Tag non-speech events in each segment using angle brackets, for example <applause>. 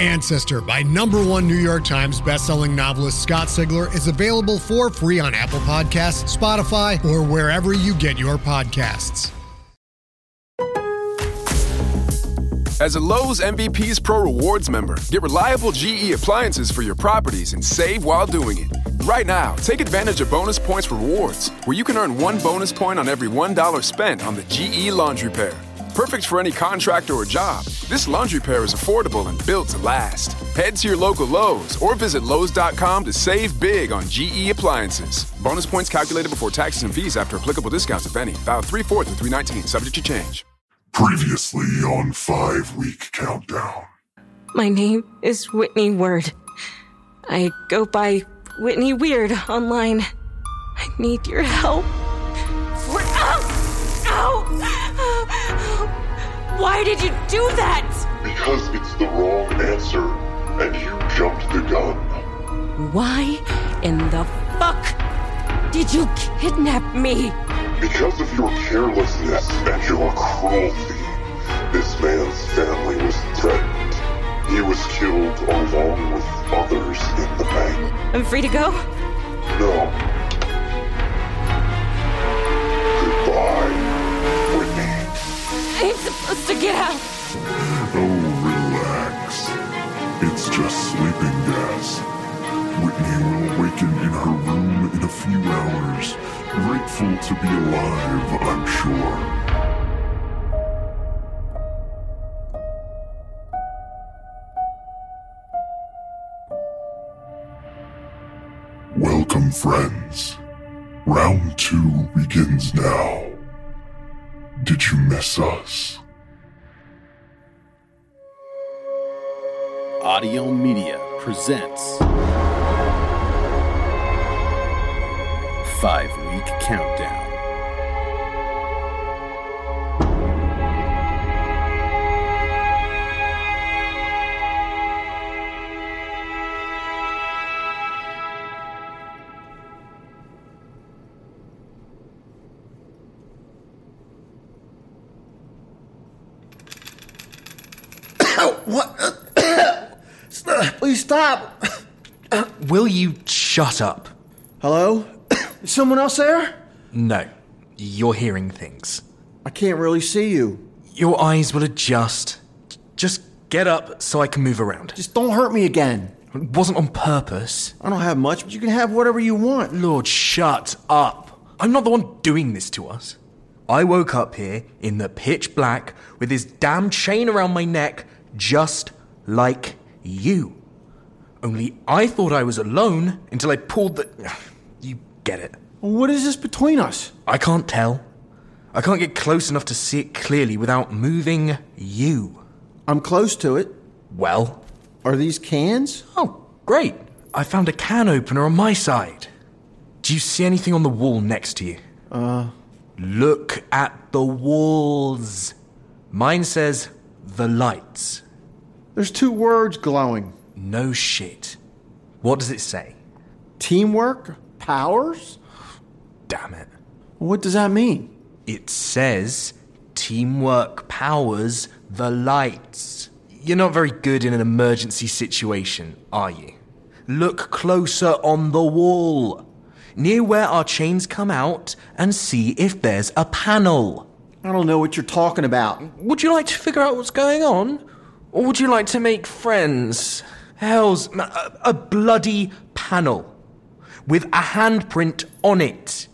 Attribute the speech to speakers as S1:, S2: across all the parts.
S1: Ancestor by number one New York Times bestselling novelist Scott Sigler is available for free on Apple Podcasts, Spotify, or wherever you get your podcasts.
S2: As a Lowe's MVP's Pro Rewards member, get reliable GE appliances for your properties and save while doing it. Right now, take advantage of bonus points rewards, where you can earn one bonus point on every $1 spent on the GE laundry pair. Perfect for any contractor or job, this laundry pair is affordable and built to last. Head to your local Lowe's or visit Lowe's.com to save big on GE appliances. Bonus points calculated before taxes and fees after applicable discounts, if any. Valid 3 4 through 319, subject to change.
S3: Previously on Five Week Countdown.
S4: My name is Whitney Word. I go by Whitney Weird online. I need your help. Wh- Ow! Ow! oh. Why did you do that?
S3: Because it's the wrong answer, and you jumped the gun.
S4: Why in the fuck did you kidnap me?
S3: Because of your carelessness and your cruelty, this man's family was threatened. He was killed along with others in the bank.
S4: I'm free to go?
S3: No. Goodbye, Whitney.
S4: I'm supposed to get out.
S3: Oh, relax. It's just sleeping gas. Whitney will awaken in her room in a few hours, grateful to be alive, I'm sure. Welcome, friends. Round two begins now. Did you miss us?
S5: Audio Media presents Five Week Countdown.
S6: Please stop.
S7: Will you shut up?
S6: Hello? <coughs> Is someone else there?
S7: No, you're hearing things.
S6: I can't really see you.
S7: Your eyes will adjust. J- Just get up so I can move around.
S6: Just don't hurt me again.
S7: It wasn't on purpose.
S6: I don't have much, but you can have whatever you want.
S7: Lord, shut up. I'm not the one doing this to us. I woke up here in the pitch black with this damn chain around my neck, just like you. Only I thought I was alone until I pulled the. <sighs> You get it.
S6: What is this between us?
S7: I can't tell. I can't get close enough to see it clearly without moving you.
S6: I'm close to it.
S7: Well,
S6: Are these cans?
S7: oh, great. I found a can opener on my side. Do you see anything on the wall next to you? Uh. Look at the walls. Mine says the lights.
S6: There's two words glowing
S7: No shit. What does it say?
S6: teamwork, powers.
S7: Damn it.
S6: What does that mean?
S7: It says teamwork powers the lights. You're not very good in an emergency situation, are you? Look closer on the wall, near where our chains come out, and see if there's a panel.
S6: I don't know what you're talking about.
S7: Would you like to figure out what's going on? Or would you like to make friends? Hells, ma- a, a bloody panel with a handprint on it.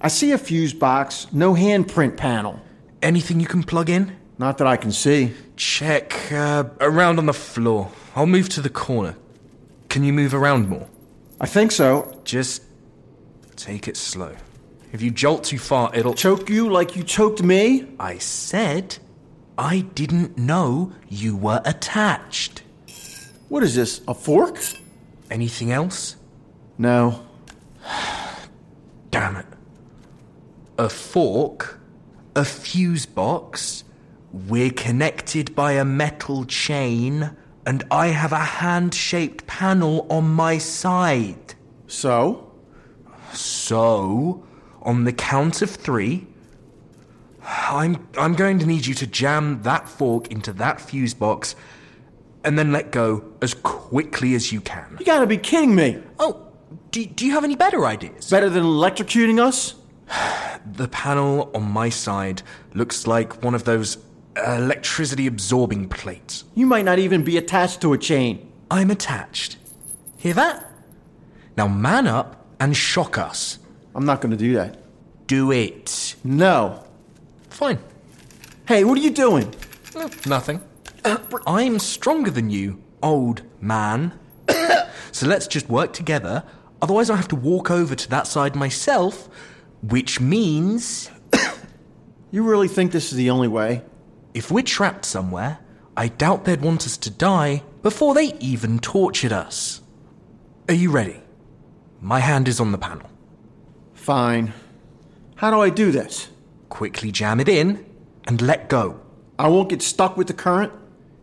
S6: I see a fuse box, no handprint panel.
S7: Anything you can plug in?
S6: Not that I can see.
S7: Check uh, around on the floor. I'll move to the corner. Can you move around more?
S6: I think so.
S7: Just take it slow. If you jolt too far, it'll.
S6: Choke you like you choked me?
S7: I said I didn't know you were attached.
S6: What is this, a fork?
S7: Anything else?
S6: No.
S7: Damn it. A fork, a fuse box, we're connected by a metal chain, and I have a hand shaped panel on my side.
S6: So?
S7: So, on the count of three, I'm, I'm going to need you to jam that fork into that fuse box and then let go as quickly as you can.
S6: You gotta be kidding me.
S7: Oh, do, do you have any better ideas?
S6: Better than electrocuting us?
S7: The panel on my side looks like one of those electricity absorbing plates.
S6: You might not even be attached to a chain.
S7: I'm attached. Hear that? Now man up and shock us.
S6: I'm not gonna do that.
S7: Do it.
S6: No.
S7: Fine.
S6: Hey, what are you doing?
S7: Nothing. I'm stronger than you, old man. <coughs> so let's just work together. Otherwise, I have to walk over to that side myself, which means
S6: You really think this is the only way?
S7: if we're trapped somewhere, I doubt they'd want us to die before they even tortured us. Are you ready? My hand is on the panel.
S6: Fine. How do I do this?
S7: Quickly jam it in and let go.
S6: I won't get stuck with the current?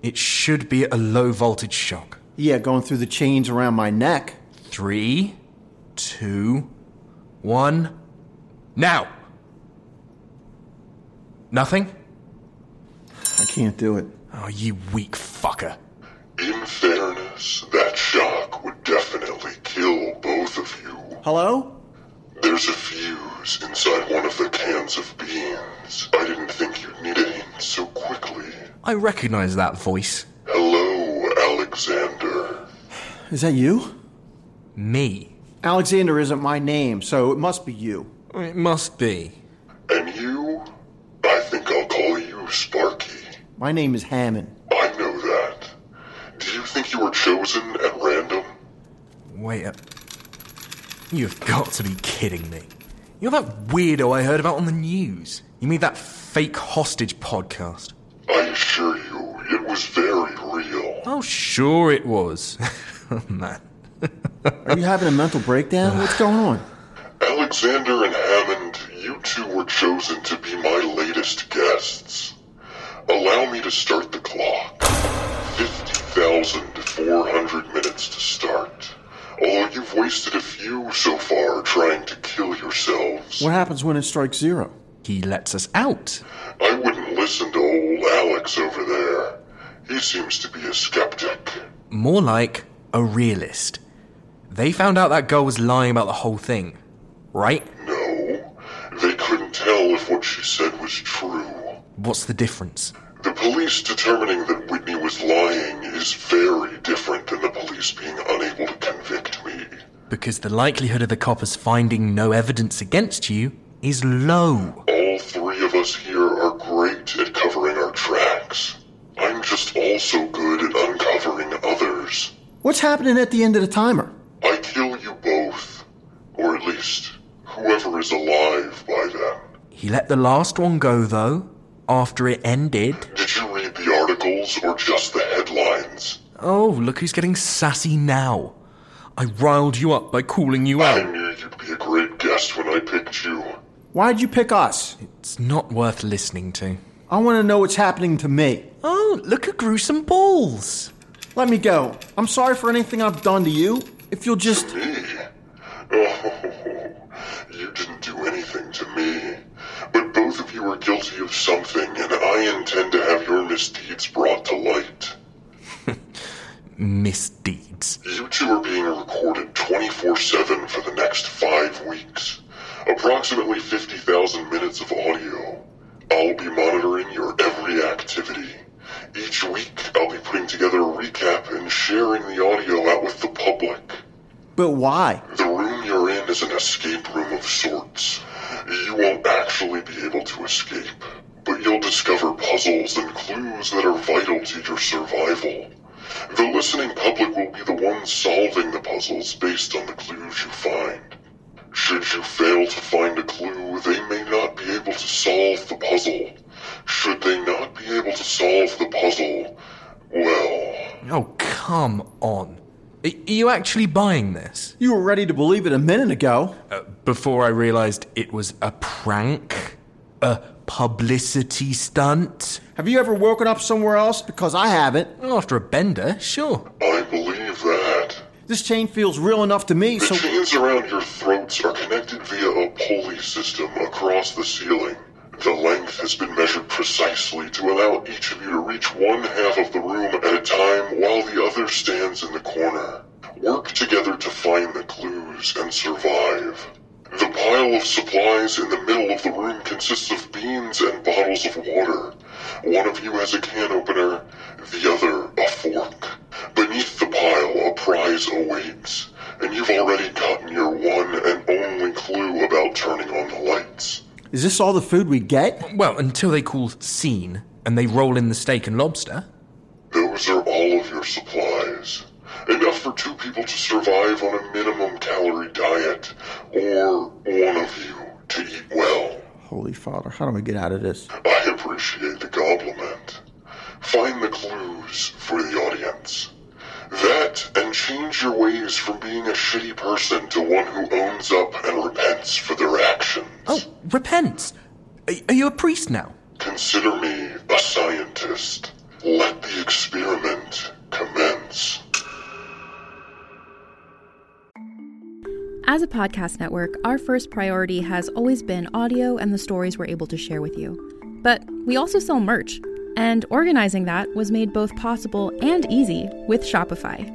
S7: It should be a low voltage shock.
S6: Yeah, going through the chains around my neck.
S7: Three, two, one. Now! Nothing?
S6: I can't do it.
S7: Oh, you weak fucker.
S3: In fairness, that shock would definitely kill both of you.
S6: Hello?
S3: There's a fuse inside one of the cans of beans. I didn't think you'd need it in so quickly.
S7: I recognize that voice.
S3: Hello, Alexander.
S6: Is that you?
S7: Me.
S6: Alexander isn't my name, so it must be you.
S7: It must be.
S3: And you? I think I'll call you Sparky.
S6: My name is Hammond.
S3: I know that. Do you think you were chosen at random?
S7: Wait up. You've got to be kidding me. You're that weirdo I heard about on the news. You mean that fake hostage podcast?
S3: I assure you, it was very real.
S7: Oh, sure it was. <laughs> oh, man.
S6: Are you having a mental breakdown? What's going on?
S3: Alexander and Hammond, you two were chosen to be my latest guests. Allow me to start the clock. 50,400 minutes to start. Oh, you've wasted a few so far trying to kill yourselves.
S6: What happens when it strikes zero?
S7: He lets us out.
S3: I wouldn't listen to old Alex over there. He seems to be a skeptic.
S7: More like a realist. They found out that girl was lying about the whole thing, right?
S3: No, they couldn't tell if what she said was true.
S7: What's the difference?
S3: The police determining that Whitney was lying is very different than the police being unable to convict me.
S7: Because the likelihood of the coppers finding no evidence against you is low.
S3: All three of us here are great at covering our tracks. I'm just also good at uncovering others.
S6: What's happening at the end of the timer?
S3: I kill you both, or at least whoever is alive by then.
S7: He let the last one go, though, after it ended.
S3: Did you read the articles or just the headlines?
S7: Oh, look who's getting sassy now. I riled you up by calling you
S3: I
S7: out.
S3: knew you'd be a great guest when I picked you.
S6: Why'd you pick us?
S7: It's not worth listening to.
S6: I want to know what's happening to me.
S7: Oh, look at gruesome balls.
S6: Let me go. I'm sorry for anything I've done to you. If you'll just.
S3: Me? <laughs> Oh, you didn't do anything to me. But both of you are guilty of something, and I intend to have your misdeeds brought to light.
S7: Misdeeds.
S3: You two are being recorded 24 7 for the next five weeks. Approximately 50,000 minutes of audio. I'll be monitoring your every activity. Each week, I'll be putting together a recap and sharing the audio out with the public.
S6: But why?
S3: The room you're in is an escape room of sorts. You won't actually be able to escape, but you'll discover puzzles and clues that are vital to your survival. The listening public will be the ones solving the puzzles based on the clues you find. Should you fail to find a clue, they may not be able to solve the puzzle. Should they not be able to solve the puzzle, well,
S7: Oh, come on. Are are you actually buying this?
S6: You were ready to believe it a minute ago.
S7: Uh, before I realized it was a prank? A publicity stunt?
S6: Have you ever woken up somewhere else? Because I haven't.
S7: After a bender, sure.
S3: I believe that.
S6: This chain feels real enough to me,
S3: The
S6: so.
S3: chains around your throats are connected via a pulley system across the ceiling. The length has been measured precisely to allow each of you to reach one half of the room at a time while the other stands in the corner. Work together to find the clues and survive. The pile of supplies in the middle of the room consists of beans and bottles of water. One of you has a can opener, the other a fork. Beneath the pile, a prize awaits, and you've already gotten your one and only clue about turning on the lights.
S6: Is this all the food we get?
S7: Well, until they call scene and they roll in the steak and lobster.
S3: Those are all of your supplies. Enough for two people to survive on a minimum calorie diet, or one of you to eat well.
S6: Holy Father, how do we get out of this?
S3: I appreciate the compliment. Find the clues for the audience. That, and change your ways from being a shitty person to one who owns up and repents for their actions.
S7: Oh, repent! Are, are you a priest now?
S3: Consider me a scientist. Let the experiment commence.
S8: As a podcast network, our first priority has always been audio and the stories we're able to share with you. But we also sell merch, and organizing that was made both possible and easy with Shopify.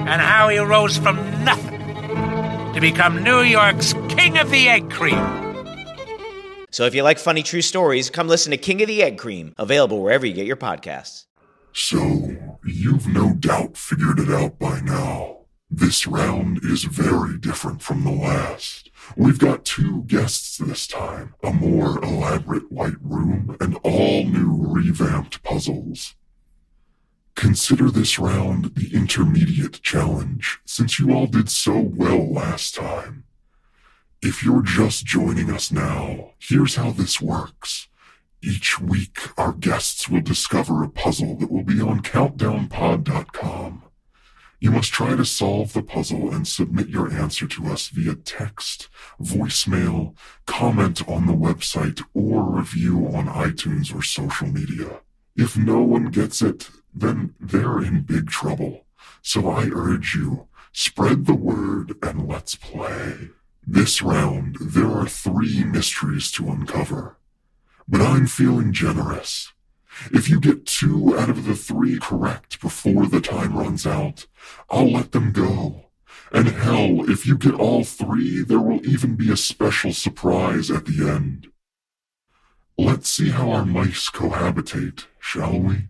S9: and how he rose from nothing to become New York's King of the Egg Cream.
S10: So if you like funny true stories, come listen to King of the Egg Cream, available wherever you get your podcasts.
S3: So, you've no doubt figured it out by now. This round is very different from the last. We've got two guests this time, a more elaborate white room, and all new revamped puzzles. Consider this round the intermediate challenge, since you all did so well last time. If you're just joining us now, here's how this works. Each week, our guests will discover a puzzle that will be on countdownpod.com. You must try to solve the puzzle and submit your answer to us via text, voicemail, comment on the website, or review on iTunes or social media. If no one gets it, then they're in big trouble. So I urge you Spread the word and let's play. This round, there are three mysteries to uncover. But I'm feeling generous. If you get two out of the three correct before the time runs out, I'll let them go. And hell, if you get all three, there will even be a special surprise at the end. Let's see how our mice cohabitate, shall we?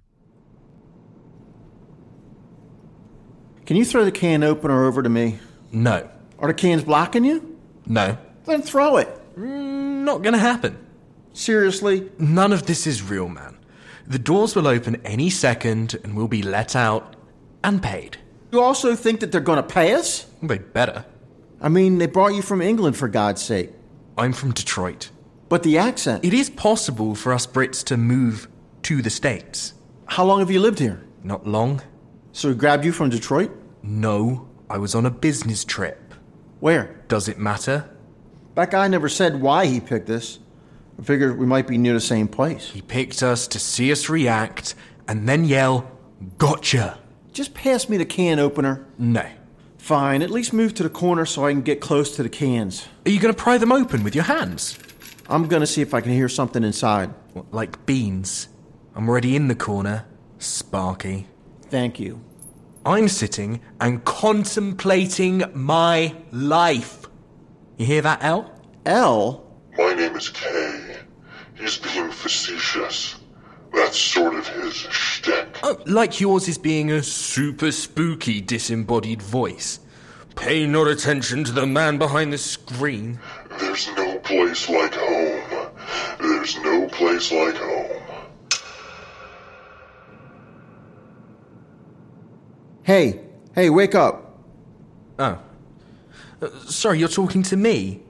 S6: Can you throw the can opener over to me?
S7: No.
S6: Are the cans blocking you?
S7: No.
S6: Then throw it.
S7: Not gonna happen.
S6: Seriously?
S7: None of this is real, man. The doors will open any second and we'll be let out and paid.
S6: You also think that they're going to pay us?
S7: They better.
S6: I mean, they brought you from England, for God's sake.
S7: I'm from Detroit.
S6: But the accent.
S7: It is possible for us Brits to move to the States.
S6: How long have you lived here?
S7: Not long.
S6: So he grabbed you from Detroit?
S7: No, I was on a business trip.
S6: Where?
S7: Does it matter?
S6: That guy never said why he picked us. I figured we might be near the same place.
S7: He picked us to see us react and then yell, Gotcha!
S6: Just pass me the can opener.
S7: No.
S6: Fine, at least move to the corner so I can get close to the cans.
S7: Are you going to pry them open with your hands?
S6: I'm going to see if I can hear something inside.
S7: What, like beans? I'm already in the corner. Sparky.
S6: Thank you.
S7: I'm sitting and contemplating my life. You hear that, L?
S6: L?
S3: My name is Kay. He's being facetious. That's sort of his shtick.
S7: Oh, like yours is being a super spooky disembodied voice. Pay not attention to the man behind the screen.
S3: There's no place like home. There's no place like home.
S6: Hey, hey, wake up.
S7: Oh. Uh, sorry, you're talking to me?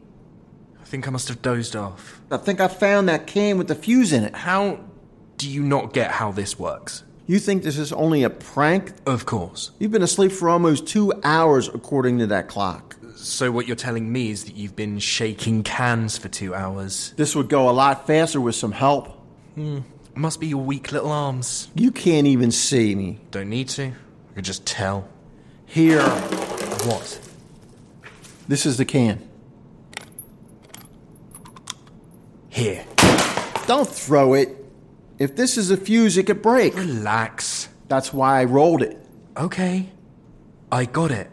S7: I think I must have dozed off.
S6: I think I found that can with the fuse in it.
S7: How do you not get how this works?
S6: You think this is only a prank?
S7: Of course.
S6: You've been asleep for almost two hours, according to that clock.
S7: So, what you're telling me is that you've been shaking cans for two hours.
S6: This would go a lot faster with some help.
S7: Hmm. Must be your weak little arms.
S6: You can't even see me.
S7: Don't need to. I can just tell.
S6: Here.
S7: What?
S6: This is the can.
S7: Here.
S6: Don't throw it. If this is a fuse, it could break.
S7: Relax.
S6: That's why I rolled it.
S7: Okay. I got it.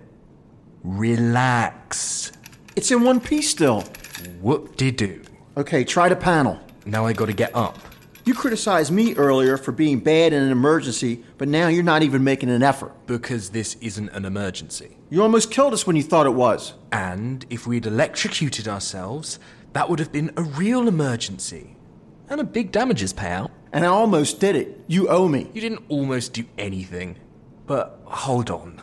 S7: Relax.
S6: It's in one piece still.
S7: Whoop de doo.
S6: Okay, try the panel.
S7: Now I gotta get up.
S6: You criticized me earlier for being bad in an emergency, but now you're not even making an effort.
S7: Because this isn't an emergency.
S6: You almost killed us when you thought it was.
S7: And if we'd electrocuted ourselves, that would have been a real emergency. And a big damages payout.
S6: And I almost did it. You owe me.
S7: You didn't almost do anything. But hold on.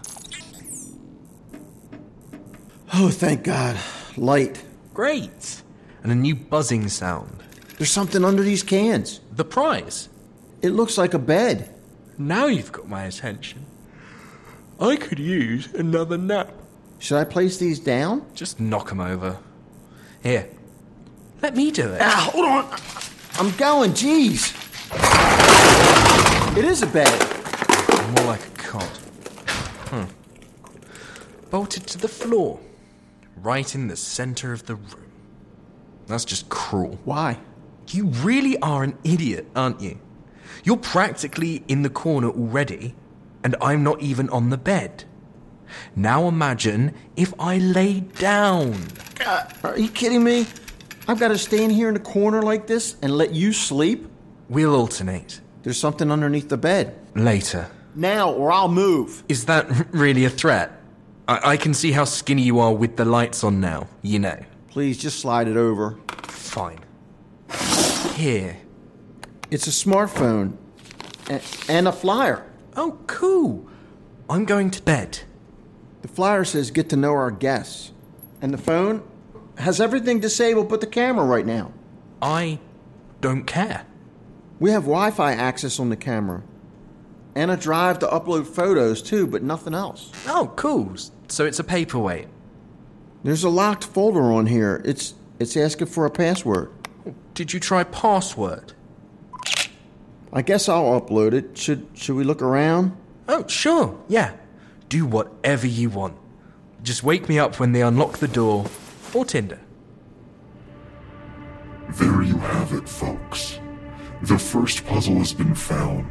S6: Oh, thank God. Light.
S7: Great. And a new buzzing sound.
S6: There's something under these cans.
S7: The prize.
S6: It looks like a bed.
S7: Now you've got my attention. I could use another nap.
S6: Should I place these down?
S7: Just knock 'em over. Here. Let me do it.
S6: Ah, hold on. I'm going, jeez. It is a bed.
S7: More like a cot. Hmm. Bolted to the floor, right in the center of the room. That's just cruel.
S6: Why?
S7: You really are an idiot, aren't you? You're practically in the corner already, and I'm not even on the bed. Now imagine if I lay down.
S6: God, are you kidding me? I've got to stand here in the corner like this and let you sleep?
S7: We'll alternate.
S6: There's something underneath the bed.
S7: Later.
S6: Now, or I'll move.
S7: Is that <laughs> really a threat? I, I can see how skinny you are with the lights on now, you know.
S6: Please just slide it over.
S7: Fine. Here.
S6: It's a smartphone a- and a flyer.
S7: Oh, cool. I'm going to bed.
S6: The flyer says get to know our guests. And the phone has everything disabled but the camera right now.
S7: I don't care.
S6: We have Wi Fi access on the camera. And a drive to upload photos too, but nothing else.
S7: Oh, cool. So it's a paperweight.
S6: There's a locked folder on here. It's it's asking for a password.
S7: Did you try password?
S6: I guess I'll upload it. Should should we look around?
S7: Oh, sure. Yeah. Do whatever you want. Just wake me up when they unlock the door or Tinder.
S3: There you have it, folks. The first puzzle has been found,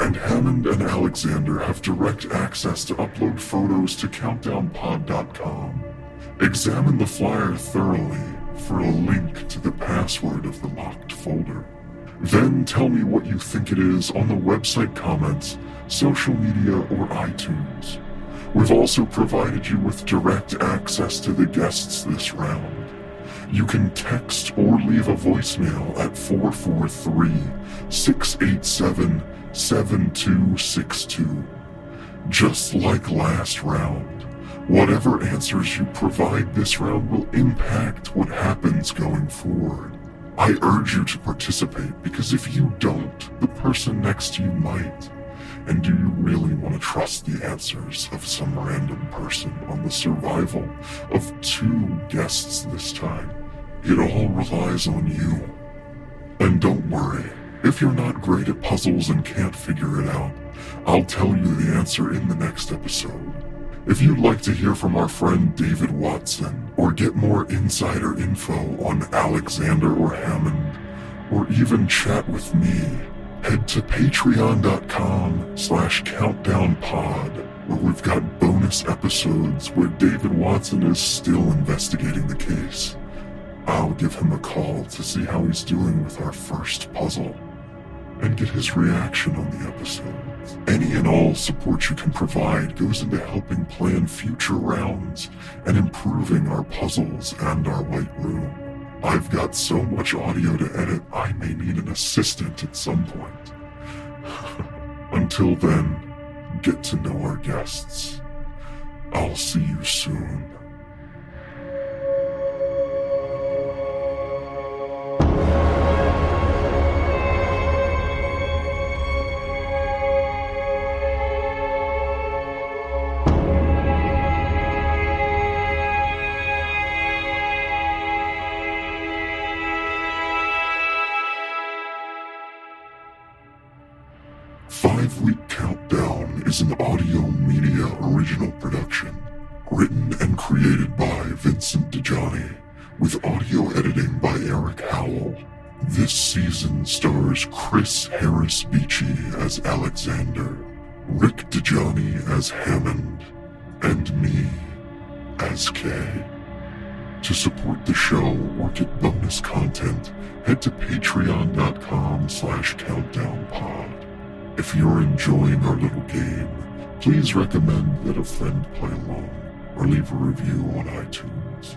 S3: and Hammond and Alexander have direct access to upload photos to CountdownPod.com. Examine the flyer thoroughly for a link to the password of the locked folder. Then tell me what you think it is on the website comments, social media, or iTunes. We've also provided you with direct access to the guests this round. You can text or leave a voicemail at 443 687 7262. Just like last round, whatever answers you provide this round will impact what happens going forward. I urge you to participate because if you don't, the person next to you might. And do you really want to trust the answers of some random person on the survival of two guests this time? It all relies on you. And don't worry, if you're not great at puzzles and can't figure it out, I'll tell you the answer in the next episode. If you'd like to hear from our friend David Watson, or get more insider info on Alexander or Hammond, or even chat with me, head to patreon.com slash countdownpod, where we've got bonus episodes where David Watson is still investigating the case. I'll give him a call to see how he's doing with our first puzzle and get his reaction on the episode. Any and all support you can provide goes into helping plan future rounds and improving our puzzles and our white room. I've got so much audio to edit, I may need an assistant at some point. <laughs> Until then, get to know our guests. I'll see you soon. Five Week Countdown is an audio media original production, written and created by Vincent DeJohnny, with audio editing by Eric Howell. This season stars Chris Harris Beachy as Alexander, Rick DeJohnny as Hammond, and me as Kay. To support the show or get bonus content, head to patreon.com slash countdownpod. If you're enjoying our little game, please recommend that a friend play along or leave a review on iTunes.